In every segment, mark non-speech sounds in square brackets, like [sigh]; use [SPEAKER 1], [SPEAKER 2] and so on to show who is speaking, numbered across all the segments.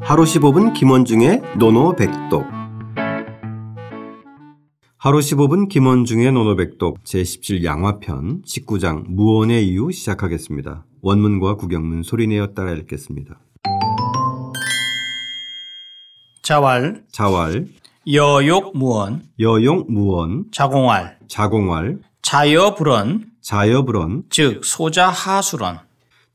[SPEAKER 1] 하루 15분 김원중의 노노백독 하루 15분 김원중의 노노백독 제17양화편 19장 무언의 이유 시작하겠습니다. 원문과 구경문 소리내어 따라 읽겠습니다.
[SPEAKER 2] 자왈,
[SPEAKER 1] 자왈,
[SPEAKER 2] 여욕무언,
[SPEAKER 1] 여용 무언,
[SPEAKER 2] 자공왈,
[SPEAKER 1] 자공왈,
[SPEAKER 2] 자여불언,
[SPEAKER 1] 자여불언,
[SPEAKER 2] 즉 소자하수런,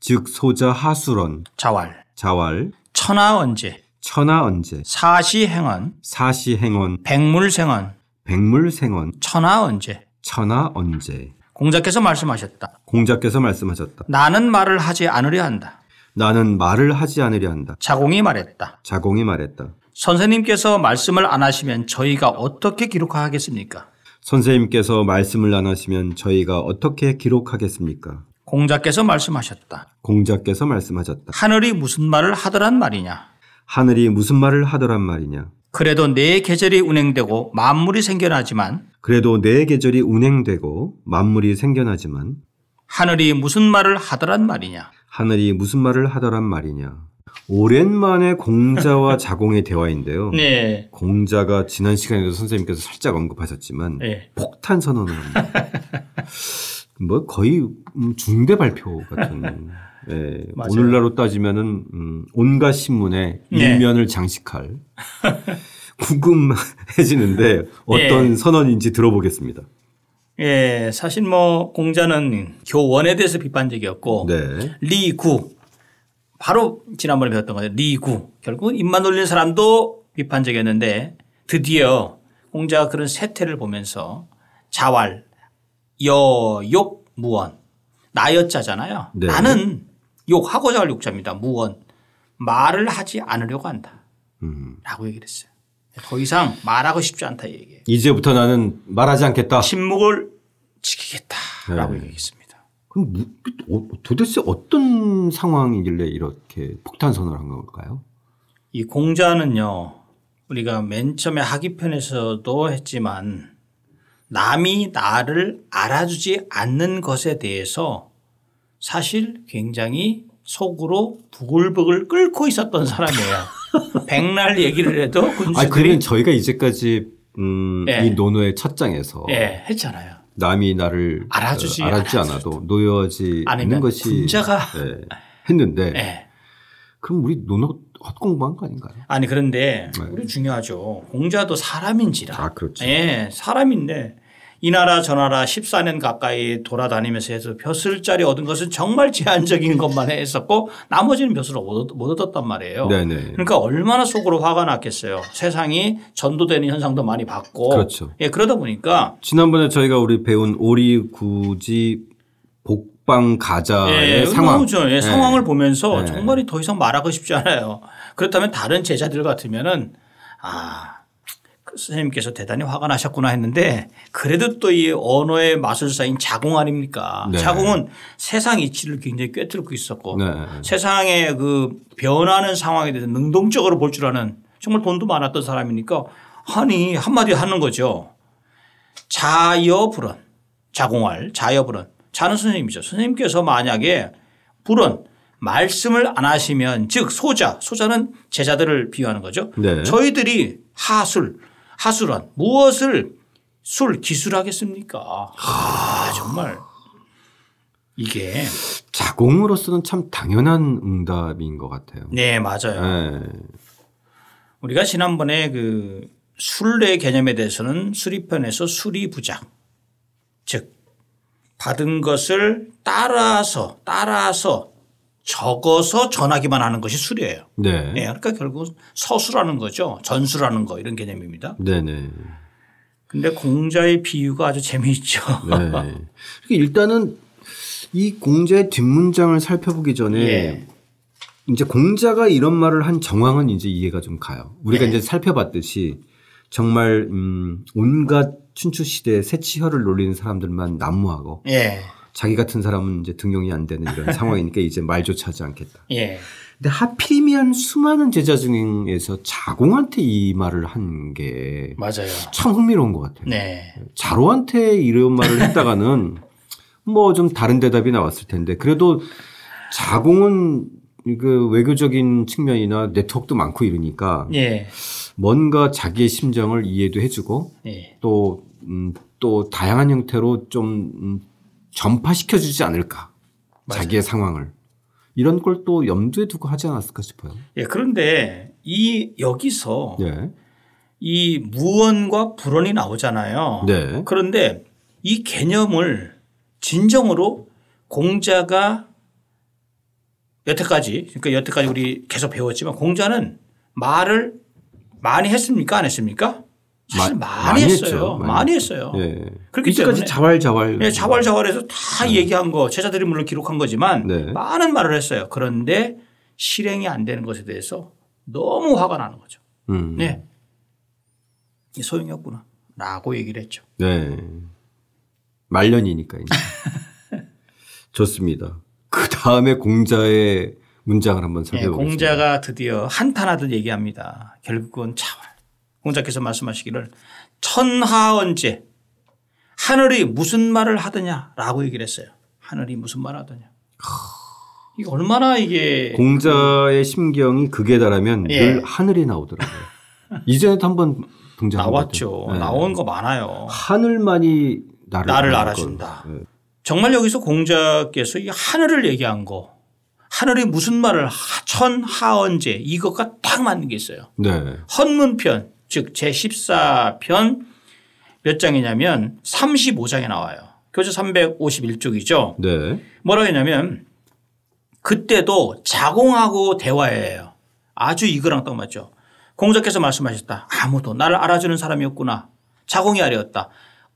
[SPEAKER 1] 즉 소자 하수런,
[SPEAKER 2] 자왈,
[SPEAKER 1] 자왈,
[SPEAKER 2] 천하언제,
[SPEAKER 1] 천하언제,
[SPEAKER 2] 사시행언,
[SPEAKER 1] 사시행언,
[SPEAKER 2] 백물생언,
[SPEAKER 1] 백물생언,
[SPEAKER 2] 천하언제.
[SPEAKER 1] 천하언제.
[SPEAKER 2] 공자께서 말씀하셨다.
[SPEAKER 1] 공자께서 말씀하셨다.
[SPEAKER 2] 나는 말을 하지 않으려 한다.
[SPEAKER 1] 나는 말을 하지 않으려 한다.
[SPEAKER 2] 자공이 말했다.
[SPEAKER 1] 자공이 말했다.
[SPEAKER 2] 선생님께서 말씀을 안 하시면 저희가 어떻게 기록하겠습니까?
[SPEAKER 1] 선생님께서 말씀을 안 하시면 저희가 어떻게 기록하겠습니까?
[SPEAKER 2] 공자께서 말씀하셨다.
[SPEAKER 1] 공자께서 말씀하셨다.
[SPEAKER 2] 하늘이 무슨 말을 하더란 말이냐.
[SPEAKER 1] 하늘이 무슨 말을 하더란 말이냐.
[SPEAKER 2] 그래도 내 계절이 운행되고 만물이 생겨나지만
[SPEAKER 1] 그래도 내 계절이 운행되고 만물이 생겨나지만
[SPEAKER 2] 하늘이 무슨 말을 하더란 말이냐.
[SPEAKER 1] 하늘이 무슨 말을 하더란 말이냐. 오랜만에 공자와 [laughs] 자공의 대화인데요.
[SPEAKER 2] 네.
[SPEAKER 1] 공자가 지난 시간에도 선생님께서 살짝 언급하셨지만
[SPEAKER 2] 네.
[SPEAKER 1] 폭탄 선언을 합니다. 뭐 거의 음, 중대 발표 같은. 예,
[SPEAKER 2] 맞아요.
[SPEAKER 1] 오늘날로 따지면은 음, 온갖 신문에
[SPEAKER 2] 네.
[SPEAKER 1] 일면을 장식할 [laughs] 궁금해지는데 어떤
[SPEAKER 2] 네.
[SPEAKER 1] 선언인지 들어보겠습니다.
[SPEAKER 2] 예, 사실 뭐 공자는 교원에 대해서 비판적이었고
[SPEAKER 1] 네,
[SPEAKER 2] 리구 바로 지난번에 배웠던 거죠. 리구 결국은 입만 올리는 사람도 비판적이었는데 드디어 공자가 그런 세태를 보면서 자활 여욕 무언 나여자잖아요.
[SPEAKER 1] 네.
[SPEAKER 2] 나는 욕하고자 할 욕자입니다. 무언 말을 하지 않으려고 한다.
[SPEAKER 1] 음.
[SPEAKER 2] 라고 얘기를 했어요. 더 이상 말하고 싶지 않다 이 얘기예요.
[SPEAKER 1] 이제부터 나는 말하지 않겠다.
[SPEAKER 2] 침묵을 지키겠다라고
[SPEAKER 1] 네.
[SPEAKER 2] 얘기했습니다.
[SPEAKER 1] 그럼 무- 어- 도대체 어떤 상황이길래 이렇게 폭탄 선언을 한 걸까요?
[SPEAKER 2] 이 공자는요 우리가 맨 처음에 하기편에서도 했지만 남이 나를 알아주지 않는 것에 대해서 사실 굉장히 속으로 부글부글 끓고
[SPEAKER 1] [laughs]
[SPEAKER 2] 있었던 사람이에요. 백날 얘기를 해도
[SPEAKER 1] 아,
[SPEAKER 2] 군주들이
[SPEAKER 1] 그러면 저희가 이제까지 음,
[SPEAKER 2] 예.
[SPEAKER 1] 이 논어의 첫 장에서
[SPEAKER 2] 예, 했잖아요.
[SPEAKER 1] 남이 나를
[SPEAKER 2] 알아주지
[SPEAKER 1] 어, 알아주지
[SPEAKER 2] 않아서
[SPEAKER 1] 않아도 노여하지
[SPEAKER 2] 아니면
[SPEAKER 1] 않는 것이
[SPEAKER 2] 군자가
[SPEAKER 1] 예, 했는데
[SPEAKER 2] 예.
[SPEAKER 1] 그럼 우리 논어 헛공부한 거 아닌가요?
[SPEAKER 2] 아니 그런데
[SPEAKER 1] 네.
[SPEAKER 2] 우리 중요하죠. 공자도 사람인지라.
[SPEAKER 1] 아, 그렇죠.
[SPEAKER 2] 예, 사람인데 이 나라 저 나라 14년 가까이 돌아다니면서 해서 벼슬자리 얻은 것은 정말 제한적인 것만 했었고 나머지는 벼슬을 못 얻- 못 얻었단 말이에요.
[SPEAKER 1] 네네.
[SPEAKER 2] 그러니까 얼마나 속으로 화가 났겠어요. 세상이 전도되는 현상도 많이 봤고.
[SPEAKER 1] 그렇죠.
[SPEAKER 2] 예, 그러다 보니까
[SPEAKER 1] 지난번에 저희가 우리 배운 오리구지 복방 가자의
[SPEAKER 2] 예,
[SPEAKER 1] 상황
[SPEAKER 2] 너무죠. 예,
[SPEAKER 1] 예.
[SPEAKER 2] 상황을 보면서
[SPEAKER 1] 예.
[SPEAKER 2] 정말이 더 이상 말하고 싶지 않아요. 그렇다면 다른 제자들 같으면은 아, 그 선생님께서 대단히 화가 나셨구나 했는데 그래도 또 이 언어의 마술사인 자공 아닙니까?
[SPEAKER 1] 네.
[SPEAKER 2] 자공은 세상 이치를 굉장히 꿰뚫고 있었고
[SPEAKER 1] 네.
[SPEAKER 2] 세상의 그 변하는 상황에 대해서 능동적으로 볼 줄 아는 정말 돈도 많았던 사람이니까 아니 한마디 하는 거죠. 자여불언 자공할 자여불언 자는 선생님이죠. 선생님께서 만약에 불언 말씀을 안 하시면 즉 소자 소자는 제자들을 비유하는 거죠.
[SPEAKER 1] 네.
[SPEAKER 2] 저희들이 하술 하술한 무엇을 술 기술하겠습니까? 아 정말 이게
[SPEAKER 1] 자공으로서는 참 당연한 응답인 것 같아요.
[SPEAKER 2] 네 맞아요.
[SPEAKER 1] 예.
[SPEAKER 2] 우리가 지난번에 그 순례 개념에 대해서는 수리편에서 수리부작 즉 받은 것을 따라서 따라서 적어서 전하기만 하는 것이 수리예요.
[SPEAKER 1] 네.
[SPEAKER 2] 네, 그러니까 결국 서술하는 거죠. 전술하는 거 이런 개념입니다.
[SPEAKER 1] 네네.
[SPEAKER 2] 근데 공자의 비유가 아주 재미있죠.
[SPEAKER 1] 네. [laughs] 그러니까 일단은 이 공자의 뒷문장을 살펴보기 전에
[SPEAKER 2] [laughs] 예.
[SPEAKER 1] 이제 공자가 이런 말을 한 정황은 이제 이해가 좀 가요. 우리가 이제 살펴봤듯이 정말 음, 온갖 춘추 시대의 새치혈을 놀리는 사람들만 난무하고
[SPEAKER 2] 예.
[SPEAKER 1] 자기 같은 사람은 이제 등용이 안 되는 [laughs] 이런 상황이니까 이제 말조차 하지 않겠다.
[SPEAKER 2] 예.
[SPEAKER 1] 근데 하필이면 수많은 제자 중에서 자공한테 이 말을 한 게 참
[SPEAKER 2] 맞아요.
[SPEAKER 1] 흥미로운 것 같아요.
[SPEAKER 2] 네.
[SPEAKER 1] 자로한테 이런 말을 했다가는 뭐 좀 다른 대답이 나왔을 텐데 그래도 자공은 그 외교적인 측면이나 네트워크도 많고 이러니까
[SPEAKER 2] 예.
[SPEAKER 1] 뭔가 자기의 심정을 이해도 해주고
[SPEAKER 2] 예.
[SPEAKER 1] 또, 음, 또 다양한 형태로 좀 음, 전파시켜주지 않을까.
[SPEAKER 2] 맞아요.
[SPEAKER 1] 자기의 상황을. 이런 걸 또 염두에 두고 하지 않았을까 싶어요.
[SPEAKER 2] 예. 그런데 이 여기서
[SPEAKER 1] 네.
[SPEAKER 2] 이 무언과 불언이 나오잖아요.
[SPEAKER 1] 네.
[SPEAKER 2] 그런데 이 개념을 진정으로 공자가 여태까지 그러니까 여태까지 우리 계속 배웠지만 공자는 말을 많이 했습니까 안 했습니까? 사실
[SPEAKER 1] 마-
[SPEAKER 2] 많이
[SPEAKER 1] 많이 했죠.
[SPEAKER 2] 했어요.
[SPEAKER 1] 많이
[SPEAKER 2] 많이 했어요.
[SPEAKER 1] 예.
[SPEAKER 2] 아, 그렇기
[SPEAKER 1] 이때까지
[SPEAKER 2] 때문에
[SPEAKER 1] 자활자활.
[SPEAKER 2] 예, 자활자활해서 다 얘기한 거 제자들이 물론 기록한 거지만
[SPEAKER 1] 네.
[SPEAKER 2] 많은 말을 했어요. 그런데 실행이 안 되는 것에 대해서 너무 화가 나는 거죠.
[SPEAKER 1] 음. 네.
[SPEAKER 2] 네. 이게 소용이 없구나. 라고 얘기를 했죠.
[SPEAKER 1] 네. 말년이니까. 이제.
[SPEAKER 2] [laughs]
[SPEAKER 1] 좋습니다. 그 다음에 공자의 문장을 한번
[SPEAKER 2] 예,
[SPEAKER 1] 살펴보겠습니다.
[SPEAKER 2] 공자가 드디어 한탄하듯 얘기합니다. 결국은 자활. 공자께서 말씀하시기를 천하언제 하늘이 무슨 말을 하더냐라고 얘기를 했어요. 하늘이 무슨 말을 하더냐. 이게 얼마나 이게
[SPEAKER 1] 공자의 심경이 극에 달하면
[SPEAKER 2] 예.
[SPEAKER 1] 늘 하늘이
[SPEAKER 2] [laughs]
[SPEAKER 1] 나오더라고요. 이전에도 한번 등장
[SPEAKER 2] 나왔죠. 나온 거 많아요.
[SPEAKER 1] 하늘만이 나를,
[SPEAKER 2] 나를
[SPEAKER 1] 알아볼
[SPEAKER 2] 알아준다.
[SPEAKER 1] 걸. 예.
[SPEAKER 2] 정말 여기서 공자께서 이 하늘을 얘기한 거 하늘이 무슨 말을 하- 천하언제 이것과 딱 맞는 게 있어요.
[SPEAKER 1] 네.
[SPEAKER 2] 헌문편 즉 제14편 몇 장이냐면 35장에 나와요. 교재 351쪽이죠.
[SPEAKER 1] 네.
[SPEAKER 2] 뭐라고 했냐면 그때도 자공하고 대화해요. 아주 이거랑 딱 맞죠. 공자께서 말씀하셨다. 아무도 나를 알아주는 사람이 없구나. 자공이 아니었다.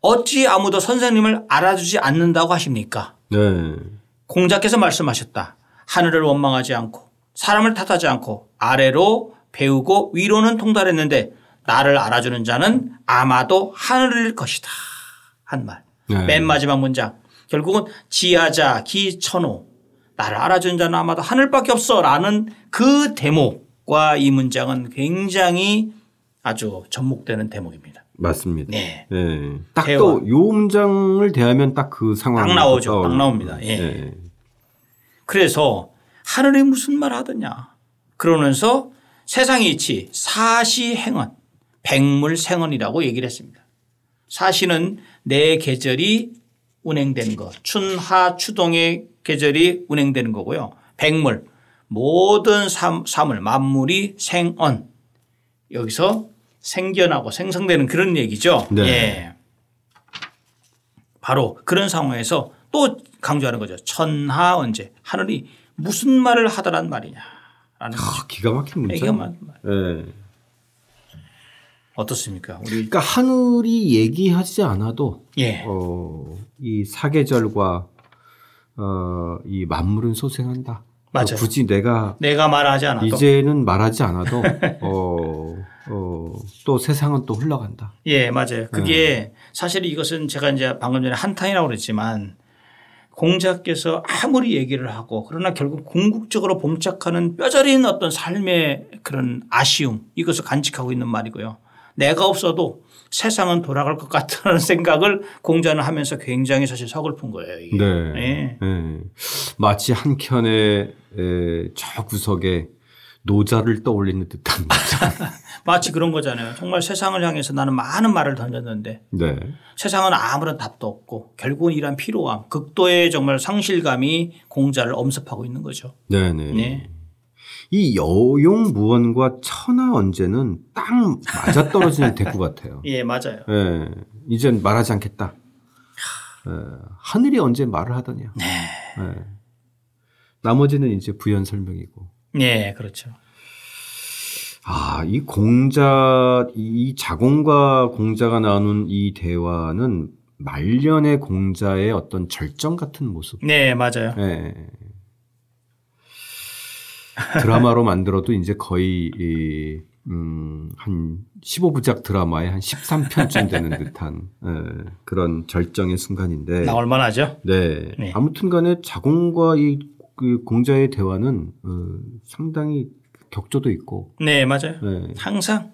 [SPEAKER 2] 어찌 아무도 선생님을 알아주지 않는다고 하십니까?
[SPEAKER 1] 네.
[SPEAKER 2] 공자께서 말씀하셨다. 하늘을 원망하지 않고 사람을 탓하지 않고 아래로 배우고 위로는 통달했는데 나를 알아주는 자는 아마도 하늘일 것이다. 한 말.
[SPEAKER 1] 네.
[SPEAKER 2] 맨 마지막 문장. 결국은 지하자 기천호 나를 알아주는 자는 아마도 하늘밖에 없어라는 그 대목과 이 문장은 굉장히 아주 접목되는 대목입니다.
[SPEAKER 1] 맞습니다.
[SPEAKER 2] 네.
[SPEAKER 1] 예.
[SPEAKER 2] 대화.
[SPEAKER 1] 딱또 요 문장을 대하면 딱 그 상황. 네.
[SPEAKER 2] 딱 나오죠. 딱 나옵니다. 예. 그래서 하늘이 무슨 말 하더냐. 그러면서 세상 이치 사시행언 백물생언이라고 얘기를 했습니다. 사시는 네 계절이 운행되는 것. 춘하 추동의 계절이 운행되는 거고요. 백물 모든 삶, 사물 만물이 생언 여기서 생겨나고 생성되는 그런 얘기죠.
[SPEAKER 1] 네.
[SPEAKER 2] 예. 바로 그런 상황에서 또 강조하는 거죠. 천하 언제 하늘이 무슨 말을 하더란 말이냐라는
[SPEAKER 1] 아, 기가 막힌 문장.
[SPEAKER 2] 얘기만
[SPEAKER 1] 예.
[SPEAKER 2] 어떻습니까? 우리
[SPEAKER 1] 그러니까 하늘이 얘기하지 않아도
[SPEAKER 2] 예
[SPEAKER 1] 어, 이 사계절과 어, 이 만물은 소생한다. 어,
[SPEAKER 2] 맞아요.
[SPEAKER 1] 굳이 내가
[SPEAKER 2] 내가 말하지 않아도
[SPEAKER 1] 이제는 말하지
[SPEAKER 2] [laughs]
[SPEAKER 1] 않아도 어, 어, 또 세상은 또 흘러간다.
[SPEAKER 2] 예, 맞아요. 그게 사실 이것은 제가 이제 방금 전에 한탄이라고 그랬지만 공자께서 아무리 얘기를 하고 그러나 결국 궁극적으로 봉착하는 뼈저린 어떤 삶의 그런 아쉬움 이것을 간직하고 있는 말이고요. 내가 없어도 세상은 돌아갈 것 같다는 [laughs] 생각을 공자는 하면서 굉장히 사실 서글픈 거예요. 이게.
[SPEAKER 1] 네. 예. 마치 한 켠에 에, 저 구석에 노자를 떠올리는 듯한.
[SPEAKER 2] [laughs] 마치 그런 거잖아요. 정말 세상을 향해서 나는 많은 말을 던졌는데
[SPEAKER 1] 네.
[SPEAKER 2] 세상은 아무런 답도 없고 결국은 이러한 피로감, 극도의 정말 상실감이 공자를 엄습하고 있는 거죠.
[SPEAKER 1] 네, 네.
[SPEAKER 2] 네.
[SPEAKER 1] 이 여용 무언과 천하 언제는 딱 맞아 떨어지는 대꾸 같아요.
[SPEAKER 2] 예, 맞아요.
[SPEAKER 1] 예. 이젠 말하지 않겠다. 예. 하늘이 언제 말을 하더냐. 예. 나머지는 이제 부연 설명이고.
[SPEAKER 2] 예, 그렇죠.
[SPEAKER 1] 아, 이 공자, 이 자공과 공자가 나눈 이 대화는 말년의 공자의 어떤 절정 같은 모습.
[SPEAKER 2] 네, 맞아요.
[SPEAKER 1] 예. 드라마로 만들어도 이제 거의 이, 음, 한 15부작 드라마의 한 13편쯤 되는 듯한 예, 그런 절정의 순간인데.
[SPEAKER 2] 나올 만하죠.
[SPEAKER 1] 네.
[SPEAKER 2] 네.
[SPEAKER 1] 아무튼 간에 자공과 이, 그 공자의 대화는 어, 상당히 격조도 있고
[SPEAKER 2] 네, 맞아요.
[SPEAKER 1] 예,
[SPEAKER 2] 항상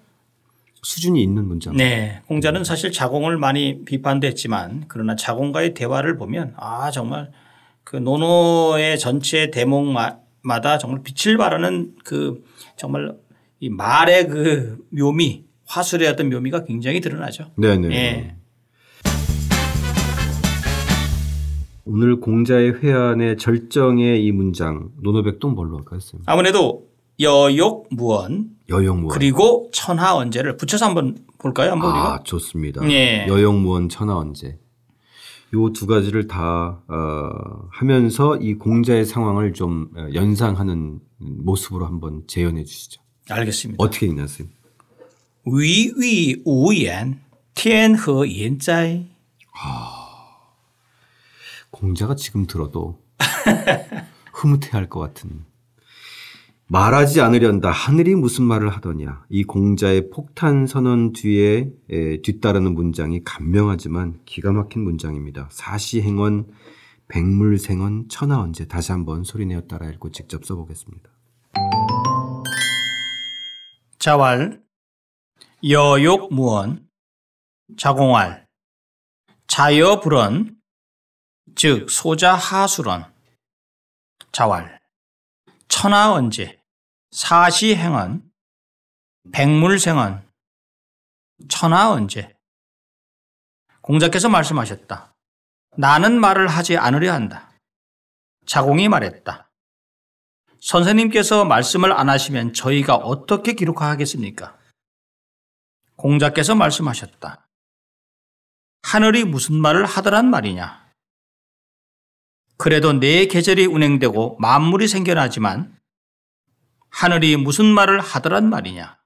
[SPEAKER 1] 수준이 있는 문장.
[SPEAKER 2] 네, 공자는 사실 자공을 많이 비판도 했지만 그러나 자공과의 대화를 보면 아, 정말 그 노노의 전체 대목만 마다 정말 빛을 발하는 그 정말 이 말의 그 묘미 화술의 어떤 묘미가 굉장히 드러나죠.
[SPEAKER 1] 네네.
[SPEAKER 2] 예.
[SPEAKER 1] 오늘 공자의 회안의 절정의 이 문장 노노백동 뭘로 할까요, 쌤?
[SPEAKER 2] 아무래도 여욕 무언
[SPEAKER 1] 여영무원.
[SPEAKER 2] 그리고 천하 언제를 붙여서 한번 볼까요? 한번 우리가
[SPEAKER 1] 아 좋습니다.
[SPEAKER 2] 예.
[SPEAKER 1] 여영무원 천하언제 요 두 가지를 다 어, 하면서 이 공자의 상황을 좀 어, 연상하는 모습으로 한번 재현해 주시죠.
[SPEAKER 2] 알겠습니다.
[SPEAKER 1] 어떻게 읽나 쌤?
[SPEAKER 2] 위위 우연 텐허 옌짜이
[SPEAKER 1] 공자가 지금 들어도 흐뭇해할 것 같은. 말하지 않으련다 하늘이 무슨 말을 하더냐 이 공자의 폭탄 선언 뒤에 에, 뒤따르는 문장이 감명하지만 기가 막힌 문장입니다. 사시행원 백물생원 천하언제 다시 한번 소리내어 따라 읽고 직접 써보겠습니다.
[SPEAKER 2] 자왈 여욕 무언 자공왈 자여 불언 즉 소자 하수런 자왈 천하 언제 사시 행언 백물생언 천하 언제 공자께서 말씀하셨다. 나는 말을 하지 않으려 한다. 자공이 말했다. 선생님께서 말씀을 안 하시면 저희가 어떻게 기록하겠습니까? 공자께서 말씀하셨다. 하늘이 무슨 말을 하더란 말이냐? 그래도 네 계절이 운행되고 만물이 생겨나지만 하늘이 무슨 말을 하더란 말이냐?